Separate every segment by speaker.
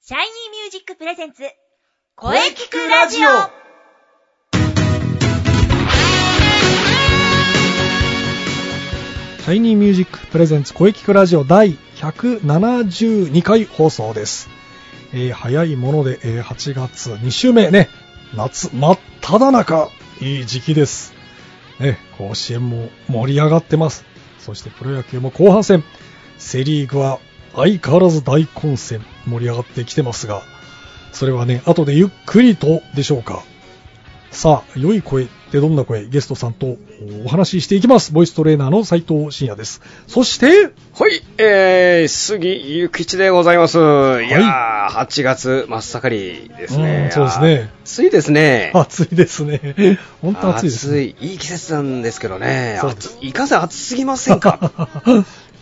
Speaker 1: シャイニーミュージックプレゼンツ、
Speaker 2: 声聞くラジオ
Speaker 3: シャイニーミュージックプレゼンツ声聞くラジオ第172回放送です。えー早いもので、えー8月2週目ね、夏真っ只中、いい時期です。ね、甲子園も盛り上がってます。そしてプロ野球も後半戦、セリーグは相変わらず大混戦、盛り上がってきてますが、それはね、後でゆっくりとでしょうか。さあ、良い声ってどんな声ゲストさんとお話ししていきます。ボイストレーナーの斉藤真也です。そして、
Speaker 2: はい、えー、杉ゆきちでございます。い、やー、8月真っ盛りで
Speaker 3: う
Speaker 2: すね
Speaker 3: ん。そうですね
Speaker 2: あー。暑いですね。
Speaker 3: 暑いですね。本当暑いです、ね。
Speaker 2: い。いい季節なんですけどね。
Speaker 3: そうです
Speaker 2: 暑いいかんせん暑すぎませんか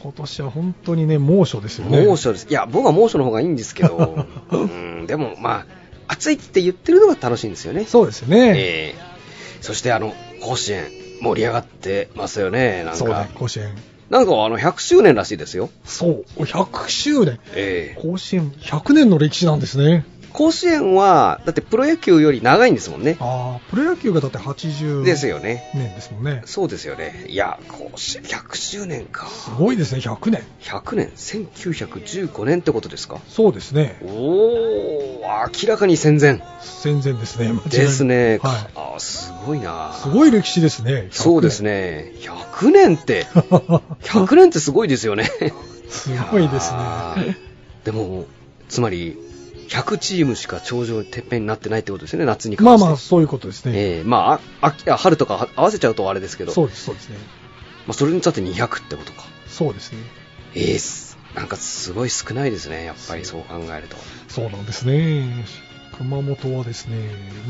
Speaker 3: 今年は本当にね、猛暑ですよ ね。
Speaker 2: 猛暑です。いや、僕は猛暑の方がいいんです けど、うん、でもまあ、暑いって言ってるのが楽しいんですよね。
Speaker 3: そうですね。
Speaker 2: えー、そしてあの、甲子園、盛り上がってますよね、なん
Speaker 3: そう
Speaker 2: か
Speaker 3: ね。、甲子園。
Speaker 2: なんかあの、100周年らしいですよ。
Speaker 3: そう、100周年。
Speaker 2: えー
Speaker 3: 甲子園100年の歴史なんですね。
Speaker 2: 甲子園は、だってプロ野球より長いんですもんね。
Speaker 3: ああ、プロ野球がだって80
Speaker 2: です
Speaker 3: 年
Speaker 2: よね。
Speaker 3: ですもんね。
Speaker 2: そうですよね。いや、甲子園100周年か。
Speaker 3: すごいですね、100年。
Speaker 2: 100年、1915年ってことですか。
Speaker 3: そうですね。
Speaker 2: おー、明らかに戦前
Speaker 3: 戦前ですね。間違いない
Speaker 2: ですね。
Speaker 3: は。。
Speaker 2: あーすごいない
Speaker 3: すごい
Speaker 2: ね。
Speaker 3: 歴史ですね。100年
Speaker 2: そうです。ね。100年って、100年ってすごいですよね。
Speaker 3: すごいです
Speaker 2: や
Speaker 3: ね
Speaker 2: ー。 でも、つまり、100チームしか頂上、てっぺんになってないってことですよね、夏に関
Speaker 3: まあ
Speaker 2: して。
Speaker 3: まあ、そういうことですね。
Speaker 2: ええまあ、あ秋あ春とかは合わせちゃうとあれですけど、
Speaker 3: そうです、そうですね。
Speaker 2: まあ、それにだって200ってことか。
Speaker 3: そうですね。
Speaker 2: ええすなんかすごい少ないですね、やっぱりそう考えると。
Speaker 3: そうなんですね。熊本はですね、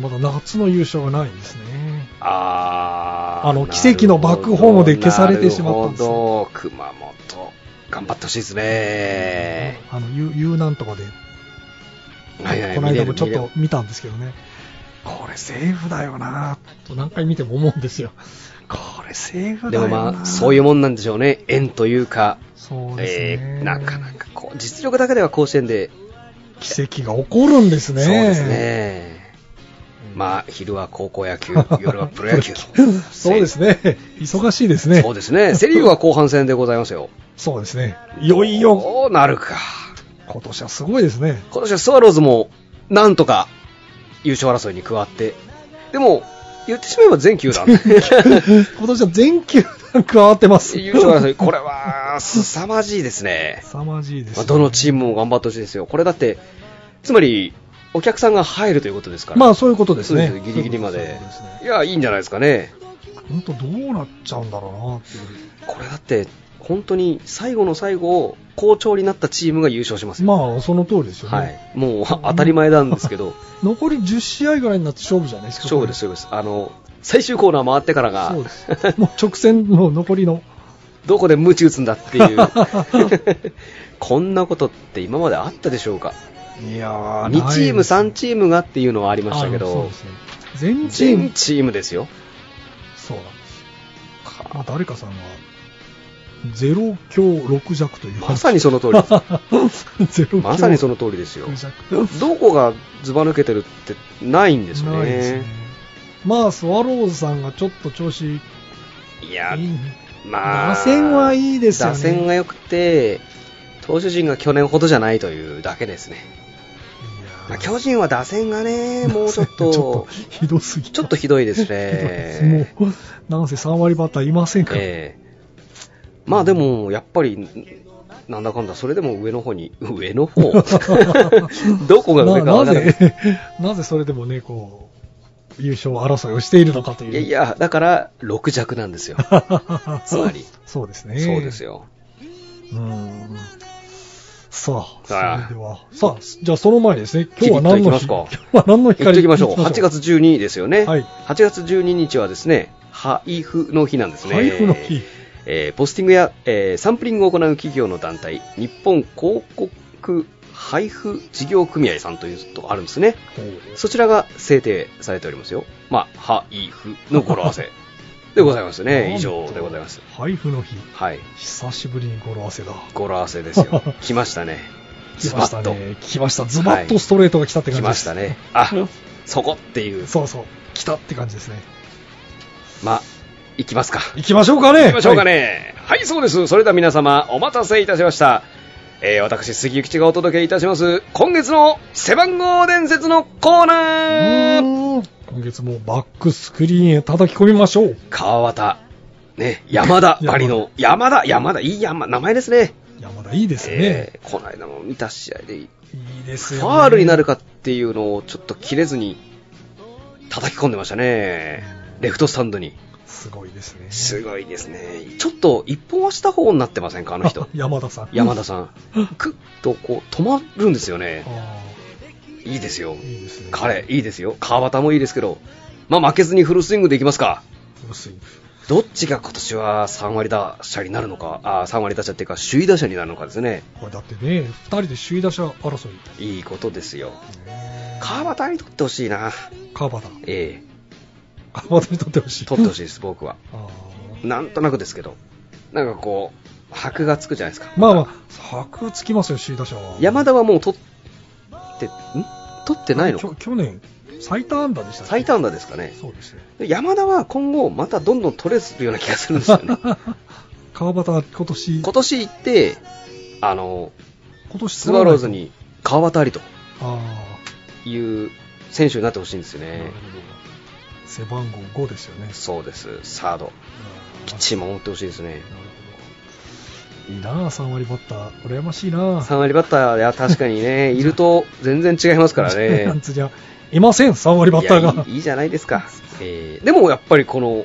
Speaker 3: まだ夏の優勝がないんですね。
Speaker 2: あー
Speaker 3: あの奇跡のバックホームで消されてしまったんです
Speaker 2: な
Speaker 3: ね
Speaker 2: るほど、熊本、頑張ってほしいですね。
Speaker 3: あの、ゆ遊南とかで、
Speaker 2: はいはい
Speaker 3: この間もちょっ
Speaker 2: 見れる見れ
Speaker 3: と見たんですけどね。これセーフだよなと何回見ても思うんですよ。これセーフ
Speaker 2: で
Speaker 3: だよ
Speaker 2: も
Speaker 3: な
Speaker 2: まあ、そういうもんなんでしょうね、縁というか、
Speaker 3: そうですね、
Speaker 2: ええなかなかこう、実力だけでは甲子園で、
Speaker 3: 奇跡が起こるんですね。
Speaker 2: そうです。ね。まあ、昼は高校野球、夜はプロ野球と。
Speaker 3: そうです ね。忙しいです ね。
Speaker 2: そうですね。セリーグは後半戦でございますよ。
Speaker 3: そうですね。いよいよ、
Speaker 2: どうなるか。
Speaker 3: 今年はすごいですね。
Speaker 2: 今年はスワローズも、なんとか、優勝争いに加わって。でも、言ってしまえば全 球団。優
Speaker 3: 今年は全球団加わってます。
Speaker 2: 勝争い、これは、凄まじいですね。
Speaker 3: 凄まじいです、
Speaker 2: まあ
Speaker 3: ね。
Speaker 2: どのチー
Speaker 3: ム
Speaker 2: ムも頑張ってほしいですよ。これだって、つまり、お客さんが入るということですから。
Speaker 3: まあそういうことです
Speaker 2: そう
Speaker 3: ね。
Speaker 2: ですギリギリまで
Speaker 3: そういうことすね
Speaker 2: いや、いいんじゃないですかね。
Speaker 3: 本当どうなっちゃうんだろうなっていう。
Speaker 2: これだって、本当に最後の最後、好調になったチームが優勝しますよ。
Speaker 3: まあその通りですよね。
Speaker 2: はい。もう、当たり前なんですけ ど。
Speaker 3: 残り10試合ぐらいになって勝負じゃないですか。
Speaker 2: 勝負です、勝負です。あの、最終コーナー回ってからが
Speaker 3: そう、です。もう直線の残りの。
Speaker 2: どこでムチ打つんだっ ていう。こんなことって今まであったでしょうか。
Speaker 3: いやー
Speaker 2: 2チーム、3チームがっていうのはあり
Speaker 3: ー
Speaker 2: ましたけ
Speaker 3: そう
Speaker 2: ど
Speaker 3: で、すね。全チー
Speaker 2: 全
Speaker 3: ム。
Speaker 2: チームですよ。
Speaker 3: そうなんです。まあ誰かさんは、0強6弱という。
Speaker 2: まさにその通りです。
Speaker 3: ゼロ
Speaker 2: まさにその通りですよ。
Speaker 3: 弱。
Speaker 2: どこがずば抜けてるってないんですよ
Speaker 3: ないです
Speaker 2: ね
Speaker 3: ね。まあ、スワローズさんがちょっと調子いい。
Speaker 2: いや、まあ、
Speaker 3: 打線はいいですよね
Speaker 2: 打線が良くて、投手陣が去年ほどじゃないというだけですね。まあ、巨人は打線が ね、もうちょっ
Speaker 3: ちょ
Speaker 2: と
Speaker 3: っ、ひどすぎた
Speaker 2: ちょっとひどいです
Speaker 3: ひどいです
Speaker 2: ね。
Speaker 3: もう、なんせ3割バッターいませんから。
Speaker 2: ええまあでも、やっぱり、なんだかんだ、それでも上の方に、上の 方どこが上か
Speaker 3: な
Speaker 2: わ
Speaker 3: な
Speaker 2: からない。
Speaker 3: ぜ、なぜそれでもね、こう、優勝争いをしているのかという。
Speaker 2: い やいや、だから、6弱なんですよ。つまり、
Speaker 3: そうですね。
Speaker 2: そうです。よ。
Speaker 3: うん。さあ、それ
Speaker 2: さあ
Speaker 3: では。さあ、じゃあその前にですね、今日は何の日
Speaker 2: キリッとい
Speaker 3: 今
Speaker 2: きます
Speaker 3: 日
Speaker 2: か
Speaker 3: は何の日
Speaker 2: 言
Speaker 3: か
Speaker 2: っ
Speaker 3: ら
Speaker 2: てきましょう。8
Speaker 3: 行き
Speaker 2: 月12ですよね。
Speaker 3: はい
Speaker 2: 8月12日はですね、配布の日なんですね。
Speaker 3: 配布の日
Speaker 2: えーポスティングや、えーサンプリングを行う企業の団体、日本広告配布事業組合さんというとこあるんですね。
Speaker 3: ましょう
Speaker 2: そちらが制定されておりますよ。まあ、配布の語呂合わ せでございますね。以上でございます。
Speaker 3: 配布の日。
Speaker 2: はい。
Speaker 3: 久しぶりに語呂合わせだ。
Speaker 2: 語呂合わせですよ。来ましたね。
Speaker 3: 来ました
Speaker 2: ズバ
Speaker 3: ね
Speaker 2: ッ。
Speaker 3: 来ました。ズバッとストレートが来たって感
Speaker 2: 来
Speaker 3: じで。
Speaker 2: ますしたね。あ
Speaker 3: これを、
Speaker 2: そこっていう。
Speaker 3: そうそう。来たって感じですね。
Speaker 2: まあ、行きますか。
Speaker 3: 行きましょうかね。
Speaker 2: 行きましょうかね。はい、そうです。それでは皆様、お待たせいたしました。えー、私、杉ゆきちがお届けいたします、今月の背番号伝説のコー
Speaker 3: は
Speaker 2: ナ
Speaker 3: い。う
Speaker 2: ー
Speaker 3: ーん今月もバックスクリーンへ叩き込みましょう。
Speaker 2: 川端、ね、山 田、バリの、山田、山田、いい山、名前ですね。
Speaker 3: 山田いいですね。
Speaker 2: えー、この間も見た試合で、
Speaker 3: いいです
Speaker 2: フ
Speaker 3: よ、ね。
Speaker 2: ァールになるかっていうのをちょっと切れずに、叩き込んでましたね。レフトスタンドに。
Speaker 3: すごいですね。。
Speaker 2: すごいですね。ちょっと一本足した方になってませんか、あの人
Speaker 3: 山田さん。
Speaker 2: 山田さん。クッとこう止まるんですよね。
Speaker 3: あ
Speaker 2: いいですよ
Speaker 3: あ、。いいですね。
Speaker 2: 彼、いいですよ。川端もいいですけど。まあ負けずにフルスイングでいきますか。
Speaker 3: フルスイング。
Speaker 2: どっちが今年は3割打者になるのか、あ3割打者っていうか首位打者になるのかですね。
Speaker 3: これだってね、二人で首位打者争い。
Speaker 2: いいことですよ。
Speaker 3: ね
Speaker 2: 川端に取ってほしいな。
Speaker 3: 川端。
Speaker 2: ええ
Speaker 3: 川端に取ってほしい。
Speaker 2: 取ってほし
Speaker 3: い。
Speaker 2: いです、僕は。
Speaker 3: あー
Speaker 2: なんとなくですけど。なんかこう、箔がつくじゃないですか。
Speaker 3: まあまあ、白つきますよ、首位打者は。
Speaker 2: 山田はもう取って、ん取ってないの
Speaker 3: きょ去年、最多安打でしたっけ
Speaker 2: 最短打ですかね。
Speaker 3: そうですね。
Speaker 2: 山田は今後またどんどん取れるような気がするんです よね。
Speaker 3: 川端、今年、
Speaker 2: 今年行って、あの、
Speaker 3: 今年
Speaker 2: スワローズ。に川渡りと
Speaker 3: あ
Speaker 2: いう選手になってほしいんですよ
Speaker 3: あ、なる
Speaker 2: ね
Speaker 3: ほ。ど。背番号5ですよね。
Speaker 2: そうです。サード。きっちり守ってほしいですね
Speaker 3: あ。ーなるほどいいなあ、3割バッター。羨ましいなあ。
Speaker 2: 3割バッターでは確かに ね、いると全然違いますからね。
Speaker 3: なんつじゃ、いません、3割バッターが。
Speaker 2: いやいいいいじゃないですか、えーでもやっぱりこの、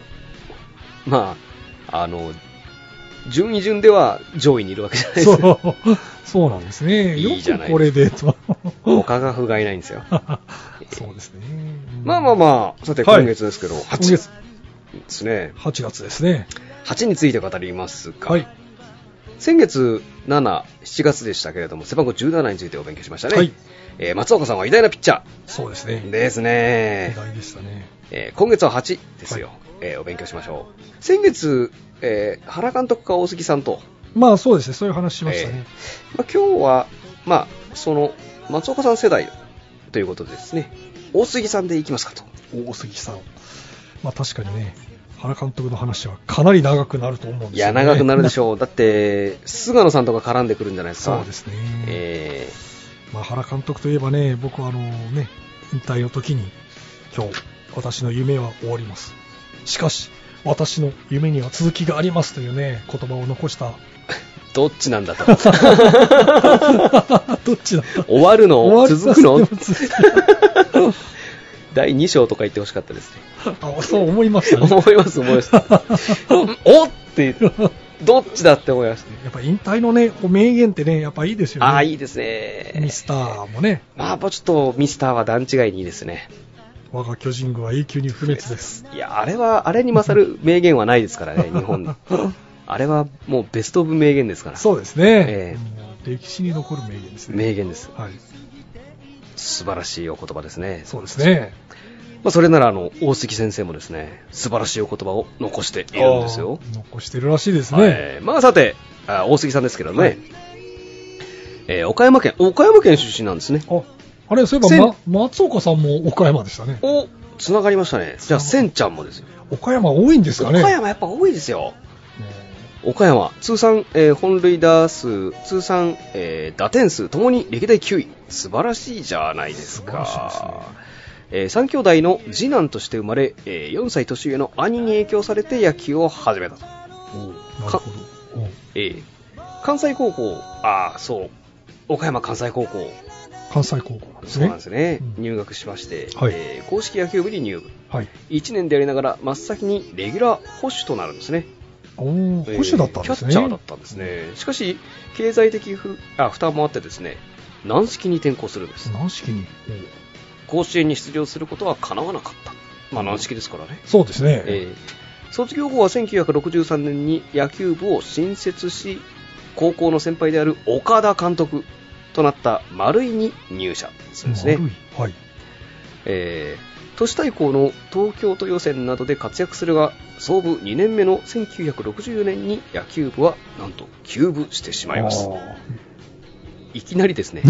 Speaker 2: まあ、あの順位順では上位にいるわけじゃないです
Speaker 3: そ
Speaker 2: か、
Speaker 3: う、そうなんですね。
Speaker 2: いいじゃ
Speaker 3: よ
Speaker 2: な
Speaker 3: く
Speaker 2: い
Speaker 3: これで、と。
Speaker 2: 他が不甲斐ないんですよ、
Speaker 3: そうですね。
Speaker 2: まあまあ
Speaker 3: あ、
Speaker 2: まあ、さて
Speaker 3: はい
Speaker 2: 今月ですけど、
Speaker 3: 今月
Speaker 2: 8ですね、
Speaker 3: 8月ですね。
Speaker 2: 8について語りますが、
Speaker 3: はい。
Speaker 2: 先月7、7月でしたけれども、背番号17についてお勉強しましたね、
Speaker 3: はい
Speaker 2: えー松岡さんは偉大なピッチャ
Speaker 3: そうです
Speaker 2: ー
Speaker 3: ね。
Speaker 2: です
Speaker 3: 意
Speaker 2: ね。
Speaker 3: 外でしたね。
Speaker 2: えー今月は8ですよ、
Speaker 3: はい
Speaker 2: えーお勉強しましょう先月、えー原監督か大杉さんと
Speaker 3: まあそうですね、そういう話しましたね。
Speaker 2: まあ、今日は、まあ、その松岡さん世代ということでですね大杉さんでいきますかと
Speaker 3: 大杉さん。まあ確かにね、原監督の話はかなり長くなると思うんで
Speaker 2: い
Speaker 3: すよ、
Speaker 2: や
Speaker 3: ね。
Speaker 2: 長くなるでし
Speaker 3: ょ
Speaker 2: ょうだって菅野さんとか絡んでくるんじゃないですか
Speaker 3: そうですね。
Speaker 2: え
Speaker 3: まあ原監督といえばね、僕はあのね、引退の時に、今日、私の夢は終わります。しかし、私の夢には続きがありますというね、言葉を残した。
Speaker 2: ーどっちなんだと
Speaker 3: どっちだった
Speaker 2: 終わるの
Speaker 3: 終わ
Speaker 2: 続
Speaker 3: り
Speaker 2: くの
Speaker 3: ますでも続き
Speaker 2: 第2章とか言ってほしかっ たですね
Speaker 3: あそう思いましたね。
Speaker 2: 思います思います おっってどっちだって思いましたね
Speaker 3: やっぱ引退のね、こう名言ってね、やっぱいいですよね。
Speaker 2: ああいいですね
Speaker 3: ミスターもね、
Speaker 2: まあやっぱちょっとミスターは段違いにいいですね
Speaker 3: 我が巨人軍は永久に不滅です。
Speaker 2: いや、あれは、あれに勝る名言はないですからね、 日本に。あれはもうベストオブ名言ですから。
Speaker 3: そうですね、
Speaker 2: え
Speaker 3: うん歴史に残る名言ですね。
Speaker 2: 名言です。
Speaker 3: はい、
Speaker 2: 素晴らしいお言葉ですね。
Speaker 3: そうですね。
Speaker 2: まあ、それなら、あの、大杉先生もですね、素晴らしいお言葉を残しているんですよ。
Speaker 3: あー残してるらしいですね。
Speaker 2: はいまあ、さて、あ大杉さんですけどね、
Speaker 3: はい
Speaker 2: えー岡山県、岡山県出身なんですね。
Speaker 3: あ、あれ、そういえ
Speaker 2: せん
Speaker 3: ば、ま、松岡さんも岡山でしたね。
Speaker 2: お、つながりましたね。じゃあ、
Speaker 3: そう
Speaker 2: せんちゃんもですよ。
Speaker 3: 岡山多いんですかね。
Speaker 2: 岡山やっぱ多いですよ。
Speaker 3: ね
Speaker 2: 岡山、通算、えー本塁打数、通算、えー打点数ともに歴代9位、素晴らしいじゃないです
Speaker 3: 素晴らしいで
Speaker 2: か
Speaker 3: すね。
Speaker 2: えー三兄弟の次男として生まれ、えー4歳年上の兄に影響されて野球を始めたと、
Speaker 3: なるほど。お
Speaker 2: えー関西高校、ああ、そう、岡山関西高校、
Speaker 3: 関西高校なんです
Speaker 2: そう
Speaker 3: ね。
Speaker 2: なんですね、
Speaker 3: うん
Speaker 2: 入学しまして、
Speaker 3: はい
Speaker 2: えー公式野球部に入部、
Speaker 3: はい。
Speaker 2: 1年でやりながら真っ先にレギュラー捕手となるんですね。
Speaker 3: おお、保守だったんですね。
Speaker 2: えーキャッチャーだったんですね。しかし、経済的負あ負担もあってですね、軟式に転向するんです。
Speaker 3: 軟式に。
Speaker 2: 甲子園に出場することは叶わなかった。まあ軟式ですからね。
Speaker 3: そうですね。
Speaker 2: えー卒業後は1963年に野球部を新設し、高校の先輩である岡田監督となった丸井に入社するんですね
Speaker 3: 丸。いはい。
Speaker 2: えー都市対抗の東京都予選などで活躍するが創部2年目の1964年に野球部はなんと休部してしまいます
Speaker 3: あー
Speaker 2: いきなりですね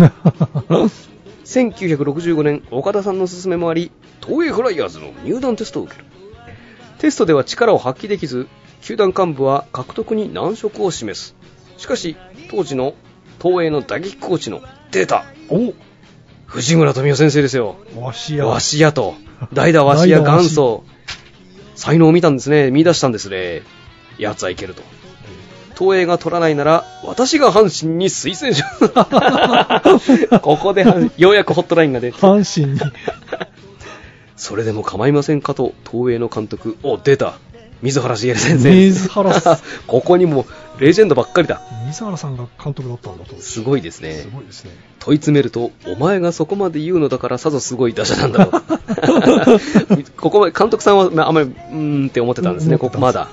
Speaker 2: 1965年岡田さんの勧めもあり東映フライヤーズの入団テストを受けるテストでは力を発揮できず球団幹部は獲得に難色を示すしかし当時の東映の打撃コーチの出た
Speaker 3: お
Speaker 2: 藤村富夫先生ですよ
Speaker 3: わしや。
Speaker 2: わしやと代打わしや
Speaker 3: 代打わ
Speaker 2: 元
Speaker 3: し
Speaker 2: 祖才能を見たんですね見出したんですねやつはいけると東映が取らないなら私が阪神に推薦し ようここで阪ようやくホットラインが出て
Speaker 3: 阪神に。
Speaker 2: それでも構いませんかと東映の監督を出た水原茂先生
Speaker 3: 水原さん
Speaker 2: ここにもレジェンドばっかりだ
Speaker 3: 水原さんが監督だったんだと。す
Speaker 2: すごいですね
Speaker 3: ごいですね。
Speaker 2: 問い詰めると、お前がそこまで言うのだからさぞすごい打者なんだろう。ここまで、監督さんはまああまり、うーんって思ってたんですね、
Speaker 3: うん
Speaker 2: ここまだ。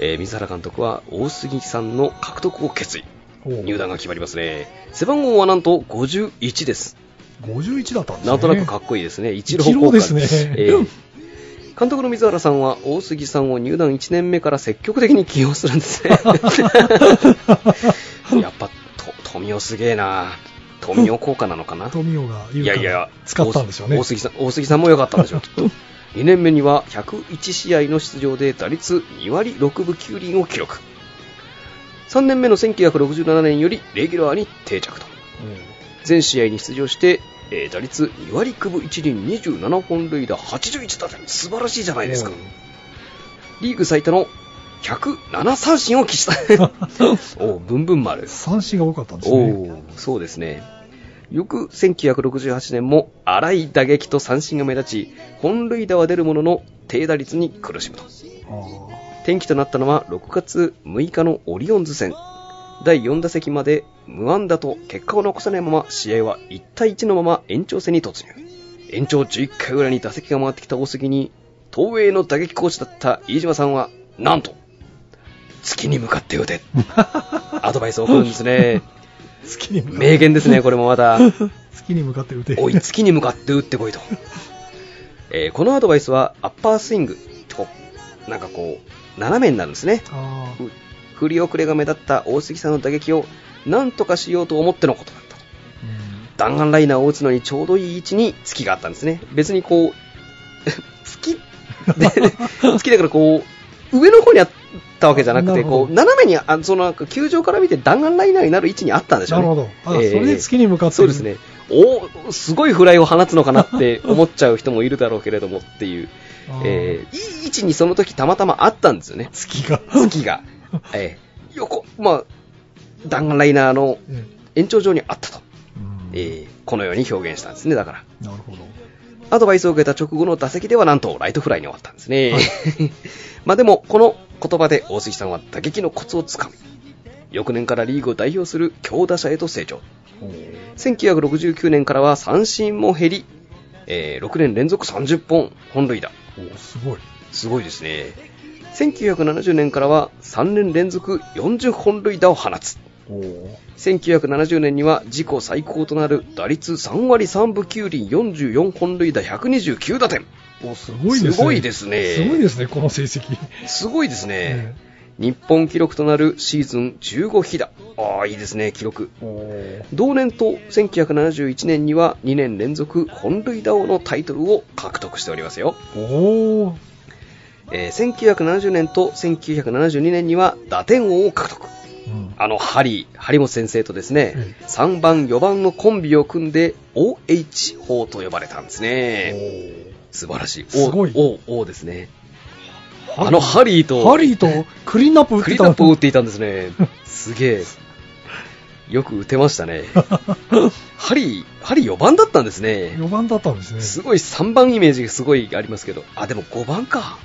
Speaker 2: えー水原監督は大杉さんの獲得を決意。
Speaker 3: おう
Speaker 2: 入団が決まりますね。背番号はなんと51です。
Speaker 3: 51だったんですね。
Speaker 2: なんとなくかっこいいですね。一郎
Speaker 3: 一
Speaker 2: 効
Speaker 3: 郎
Speaker 2: 果
Speaker 3: ですね
Speaker 2: ええ監督の水原さんは大杉さんを入団1年目から積極的に起用するんですね。やっぱ、と富雄すげえな。富雄効果なのかな。
Speaker 3: 富岡が
Speaker 2: いやいや、
Speaker 3: 使ったんでしょうね。
Speaker 2: 大杉さん、大杉さんも良かったん でしょう、きっと。2年目には101試合の出場で打率2割6分9厘を記録。3年目の1967年よりレギュラーに定着と。全試合に出場して、えー打率2割9分1厘27本塁打81打点。素晴らしいじゃないですか。リーグ最多の107三振を喫した。 おうブンブン丸です。
Speaker 3: 三振が多かったんです
Speaker 2: お
Speaker 3: ね。
Speaker 2: おーそうですね。翌1968年も荒い打撃と三振が目立ち、本塁打は出るものの低打率に苦しむと。転機となったのは6月6日のオリオンズ戦。第4打席まで無安打と結果を残さないまま試合は1対1のまま延長戦に突入。延長11回裏に打席が回ってきた大杉に、東映の打撃コーチだった飯島さんは、なんと、月に向かって打て。アドバイスを送るんですね。
Speaker 3: 月に向かって。
Speaker 2: 名言ですね、これもまた。
Speaker 3: 月に向かって打て。
Speaker 2: おい、月に向かって打ってこいと。えーこのアドバイスは、アッパースイング、こうなんかこう、斜めになるんですね。
Speaker 3: あー
Speaker 2: ふ振り遅れが目立った大杉さんの打撃を、なんとかしようと思ってのことだったと。
Speaker 3: うん
Speaker 2: 弾丸ライナーを打つのにちょうどいい位置に月があったんですね。別にこう、 月で、 月だからこう、上の方にあったわけじゃなく
Speaker 3: な
Speaker 2: て、
Speaker 3: るほど
Speaker 2: こう、斜めに、あそのなんか球場から見て弾丸ライナーになる位置にあったんでしょう
Speaker 3: な
Speaker 2: ね。
Speaker 3: るほど。あ、そ
Speaker 2: えー
Speaker 3: れで月に向かって。
Speaker 2: そうです。ね、おーすごいフライを放つのかなって思っちゃう人もいるだろうけれどもっていう、
Speaker 3: あー
Speaker 2: えーいい位置にその時たまたまあったんですよね、
Speaker 3: 月 が。
Speaker 2: 月が、えー横、まあ、弾丸ライナーの
Speaker 3: え
Speaker 2: 延長上にあったと、
Speaker 3: うん
Speaker 2: えーこのように表現したんですね、だから。
Speaker 3: なるほど。
Speaker 2: アドバイスを受けた直後の打席ではなんとライトフライに終わったんですね。 まあでも、この言葉で大杉さんは打撃のコツをつかみ、翌年からリーグを代表する強打者へと成長。1969年からは三振も減り、えー6年連続30本本塁打
Speaker 3: おすごい。
Speaker 2: すごいですね1970年からは3年連続40本塁打を放つ1970年には自己最高となる打率3割3分9厘44本塁打129打点
Speaker 3: おすごいですね。
Speaker 2: すごいですね
Speaker 3: すごいですね、この成績。
Speaker 2: すごいですね
Speaker 3: え、
Speaker 2: 日本記録となるシーズン15飛打ああいいですね記録
Speaker 3: え
Speaker 2: 同年と1971年には2年連続本塁打王のタイトルを獲得しておりますよ、
Speaker 3: おー
Speaker 2: えー1970年と1972年には打点王を獲得
Speaker 3: うん
Speaker 2: あのハリー張本先生とですね、
Speaker 3: ええ
Speaker 2: 3番4番のコンビを組んで OH 法と呼ばれたんですね素晴らしい
Speaker 3: すごい
Speaker 2: O, o, o ですねあのハリーと
Speaker 3: ハリーとクリーンナップ打っ
Speaker 2: ク
Speaker 3: て
Speaker 2: リ
Speaker 3: た
Speaker 2: タップを打っていたんですねすげえよく打てましたねハリーハリー4番だったんですね
Speaker 3: 4番だったんです ね。
Speaker 2: すごい3番イメージがすごいありますけど、あ、でも5番か。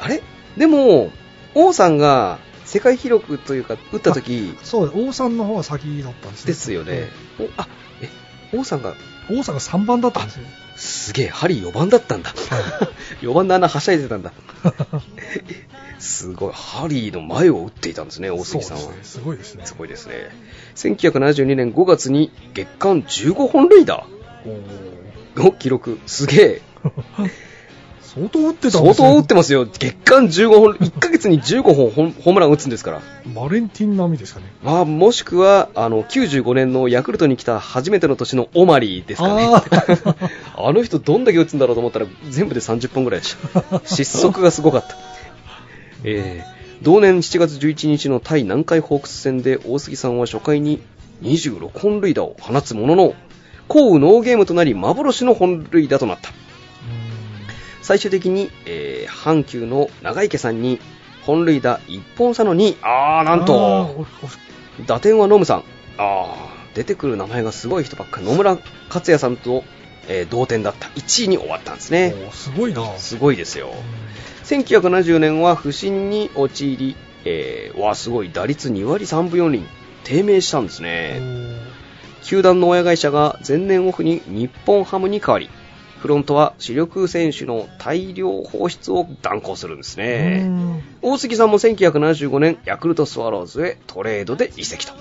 Speaker 2: あれでも、王さんが世界記録というか、打った時
Speaker 3: そうです王さんの方は先だったんですね。
Speaker 2: ですよね。おあ、え、王さんが、
Speaker 3: 王さんが3番だったんですよ。
Speaker 2: すげえ、ハリー4番だったんだ。4番の穴はしゃいでたんだ。すごい、ハリーの前を打っていたんですね、 大杉さんは
Speaker 3: そう。ですねすごいですね。
Speaker 2: すごいですね。1972年5月に月間15本塁打
Speaker 3: おー
Speaker 2: を記録。すげえ。
Speaker 3: 相当打ってたんで
Speaker 2: 相
Speaker 3: すね
Speaker 2: 当打ってますよ。月間15本、1ヶ月に15本ホームホームラン打つんですから。
Speaker 3: バレンティン並みですかね
Speaker 2: まあ、もしくは、あの、95年のヤクルトに来た初めての年のオマリーですかね。
Speaker 3: あー
Speaker 2: あの人どんだけ打つんだろうと思ったら、全部で30本ぐらいでした。失速がすごかった。えー同年7月11日の対南海ホークス戦で大杉さんは初回に26本塁打を放つものの、降雨ノーゲームとなり幻の本塁打となった。最終的に、えー阪急の長池さんに本塁打1本差の2位
Speaker 3: う
Speaker 2: あー
Speaker 3: ー
Speaker 2: なん
Speaker 3: あ
Speaker 2: と
Speaker 3: ーおお
Speaker 2: 打点はノムさんあー出てくる名前がすごい人ばっかり野村克也さんと、えー同点だった1位に終わったんですね
Speaker 3: おすごいな
Speaker 2: すごいですよ
Speaker 3: う
Speaker 2: 1970年は不振に陥り、えーわあすごい打率2割3分4厘低迷したんですね
Speaker 3: ん
Speaker 2: 球団の親会社が前年オフに日本ハムに変わりフロントは主力選手の大量放出を断行するんです
Speaker 3: う
Speaker 2: ね
Speaker 3: ん
Speaker 2: 大杉さんも1975年ヤクルトスワローズへトレードで移籍と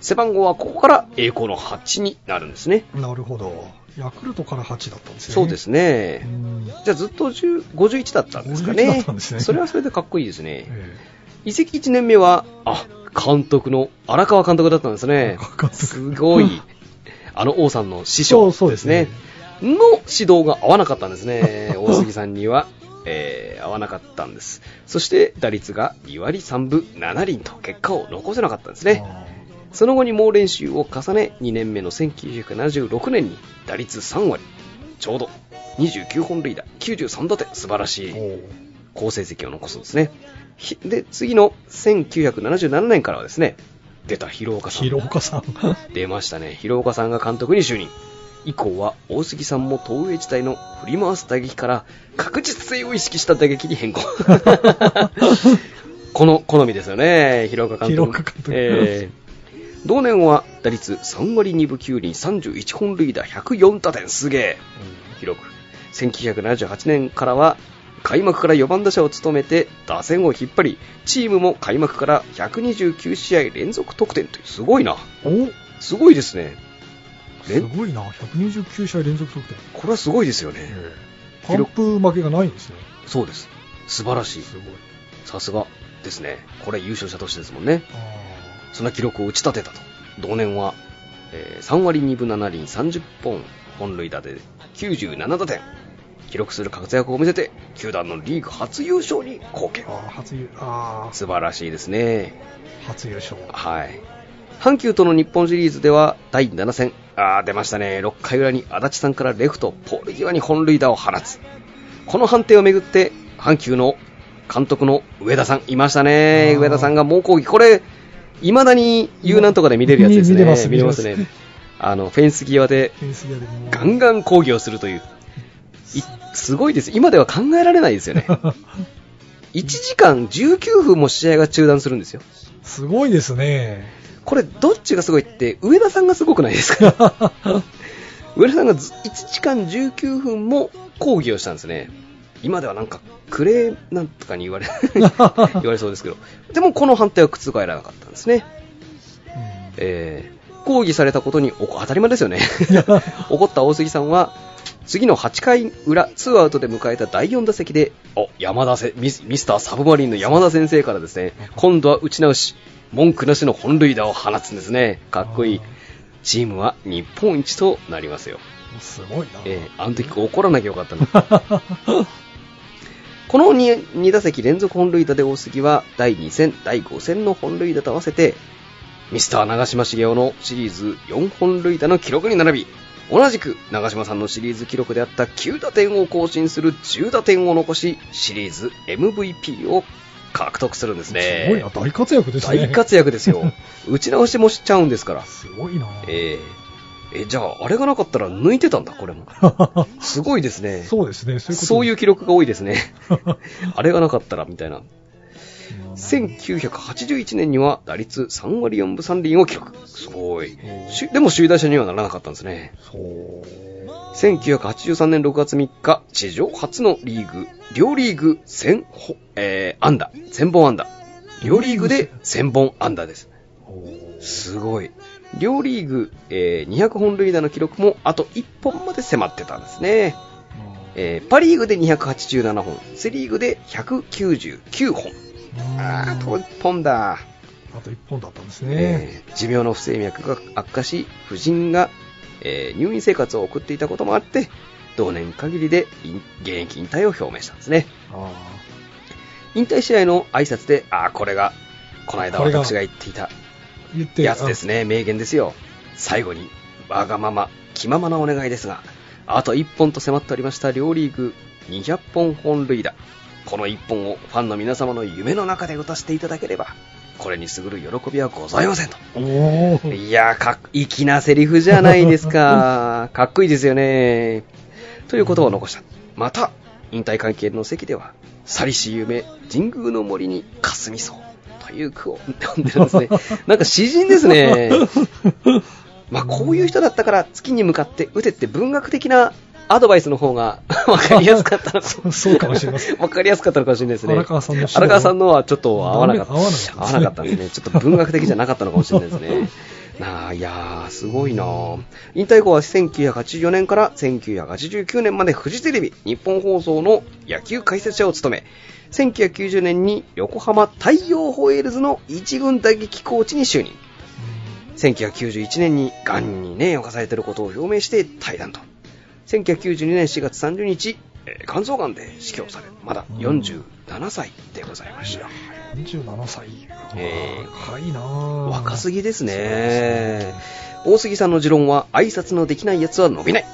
Speaker 2: 背番号はここから栄光の8になるんですね
Speaker 3: なるほどヤクルトから8だったんですね
Speaker 2: そうですね
Speaker 3: うん
Speaker 2: じゃあずっと10 51だったんですか
Speaker 3: 51だ
Speaker 2: ね
Speaker 3: ったんですね
Speaker 2: それはそれでかっこいいですね
Speaker 3: え
Speaker 2: 移籍1年目はあ監督の荒川監督だったんです
Speaker 3: え
Speaker 2: ね
Speaker 3: わかっ
Speaker 2: すごい。あの王さんの師
Speaker 3: そ
Speaker 2: 匠
Speaker 3: うそう
Speaker 2: で
Speaker 3: ですすね
Speaker 2: ね。の指導が合わなかったんですね。大杉さんには、えー合わなかったんです。そして打率が2割3分7厘と結果を残せなかったんです
Speaker 3: た
Speaker 2: ね。その後に猛練習を重ね、2年目の1976年に打率3割、ちょうど29本塁打、93打点、素晴らし
Speaker 3: あ
Speaker 2: い
Speaker 3: ーおー
Speaker 2: 好成績を残すんですね。ひで、次の1977年からはですね、出た広岡さん。
Speaker 3: 広岡さん
Speaker 2: 出ましたね広岡さんが監督に就任以降は大杉さんも東映時代の振り回す打撃から確実性を意識した打撃に 変更この好みですよね広岡監督
Speaker 3: 広岡監督
Speaker 2: えー同年は打率3割2分9厘31本塁打104打点すげえ広く1978年からは開幕から4番打者を務めて打線を引っ張りチームも開幕から129試合連続得点というすごいな
Speaker 3: お
Speaker 2: すごいですね。
Speaker 3: す
Speaker 2: え
Speaker 3: ごいな129試合連続得点
Speaker 2: これはすごいですよね。
Speaker 3: 完封負けがないんですね
Speaker 2: そうです。素晴らしい。
Speaker 3: すごい
Speaker 2: さすがですね。これ優勝した年ですもんね。
Speaker 3: あ
Speaker 2: そんな記録を打ち立てたと。同年は、えー3割2分7厘30本本塁打で97打点。記録する活躍を見せて、球団のリーグ初優勝に貢献
Speaker 3: ー。あー初優あー
Speaker 2: 素晴らしいですね。
Speaker 3: 初優勝
Speaker 2: はい。阪急との日本シリーズでは第7戦、あー出ましたね、6回裏に足立さんからレフト、ポール際に本塁打を放つ。この判定をめぐって、阪急の監督の上田さん、いましたね、
Speaker 3: あー
Speaker 2: 上田さんが猛抗議、これ、いまだに U なんとかで見れるやつですね、
Speaker 3: 見見れます
Speaker 2: 見れます
Speaker 3: 見れま
Speaker 2: ね。あのフェンス際で
Speaker 3: フェンス際でもう
Speaker 2: ガンガン抗議をするという、いすごいです、今では考えられないです よね。1時間19分も試合が中断するんですよ。
Speaker 3: すごいですね
Speaker 2: これどっちがすごいって上田さんがすごくないですか上田さんがず1時間19分も講義をしたんですね今ではなんかクレーなんとかに言われ 言われそうですけどでもこの判定は覆らなかったんですね、
Speaker 3: うん
Speaker 2: えー抗議されたことにおこ当たり前ですよね怒った大杉さんは次の8回裏ツーアウトで迎えた第4打席でお山田せミスミスターサブマリンの山田先生からですね今度は打ち直し文句なしの本塁打を放つんですねかっこいいチームは日本一となりますよ、
Speaker 3: すごいな、
Speaker 2: えーあの時怒らなきゃよかったの この 2, 2打席連続本塁打で大杉は第2戦第5戦の本塁打と合わせてミスター長嶋茂雄のシリーズ4本塁打の記録に並び同じく長嶋さんのシリーズ記録であった9打点を更新する10打点を残しシリーズ MVP を獲得するんですね
Speaker 3: すごいな大活躍ですね
Speaker 2: 大活躍ですよ 打ち直しもしちゃうんですから
Speaker 3: すごいな、
Speaker 2: えーえじゃああれがなかったら抜いてたんだこれもすごいですね
Speaker 3: そうですねそういうこと
Speaker 2: そういう記録が多いですねあれがなかったらみたい
Speaker 3: う
Speaker 2: な
Speaker 3: ん
Speaker 2: 1981年には打率3割4分3厘を記録すごいしでも首位打者にはならなかったんですね
Speaker 3: そう
Speaker 2: 1983年6月3日史上初のリーグ両リーグ1000ほ、えー、安打1000本安打両リーグで1000本安打です
Speaker 3: おー
Speaker 2: すごい。両リーグ、えー200本塁打の記録もあと1本まで迫ってたんですね。
Speaker 3: あー
Speaker 2: えーパ・リーグで287本、セ・リーグで199本。ああ、と1本だ。
Speaker 3: あと1本だったんですね。
Speaker 2: えー持病の不整脈が悪化し、夫人が、えー入院生活を送っていたこともあって、同年限りで引現役引退を表明したんですね。
Speaker 3: あ
Speaker 2: 引退試合の挨拶で、ああ、これが、この間
Speaker 3: これが
Speaker 2: 私が言っていた
Speaker 3: ー言って
Speaker 2: やつですね、名言ですよ。最後に、わがまま、気ままなお願いですが、あと1本と迫っておりました両リーグ200本本塁打。この1本をファンの皆様の夢の中で打たせていただければ、これに優る喜びはございませんと。
Speaker 3: あおお
Speaker 2: いやー、かっ、粋なセリフじゃないです か。かっこいいですよね。という言葉を残した。また、引退関係の席では、去りし夢、神宮の森に霞みそう。という句を読んでるんです ね。なんか詩人です ね。まあ、こういう人だったから、月に向かって打てって文学的なアドバイスの方が わかりやすかったのか
Speaker 3: そうそうかもしれません。
Speaker 2: わかりやすかったのかもしれないですね。
Speaker 3: 荒川さんの指導
Speaker 2: 荒川さんのはちょっと合わなかった。
Speaker 3: 合わなかったですね
Speaker 2: 合わなかったですね。ちょっと文学的じゃなかったのかもしれないで すね。なあ、いやー、すごいなあ引退後は1984年から1989年までフジテレビ日本放送の野球解説者を務め、1990年に横浜太陽ホエールズの一軍打撃コーチに就任。1991年にがんに年を重ねていることを表明して退団と1992年4月30日、えー肝臓がんで死去されまだ47歳でございました、
Speaker 3: 47歳。
Speaker 2: ええ
Speaker 3: 若いなぁ
Speaker 2: 若すぎです
Speaker 3: そう
Speaker 2: ね大杉さんの持論は挨拶のできないやつは伸びない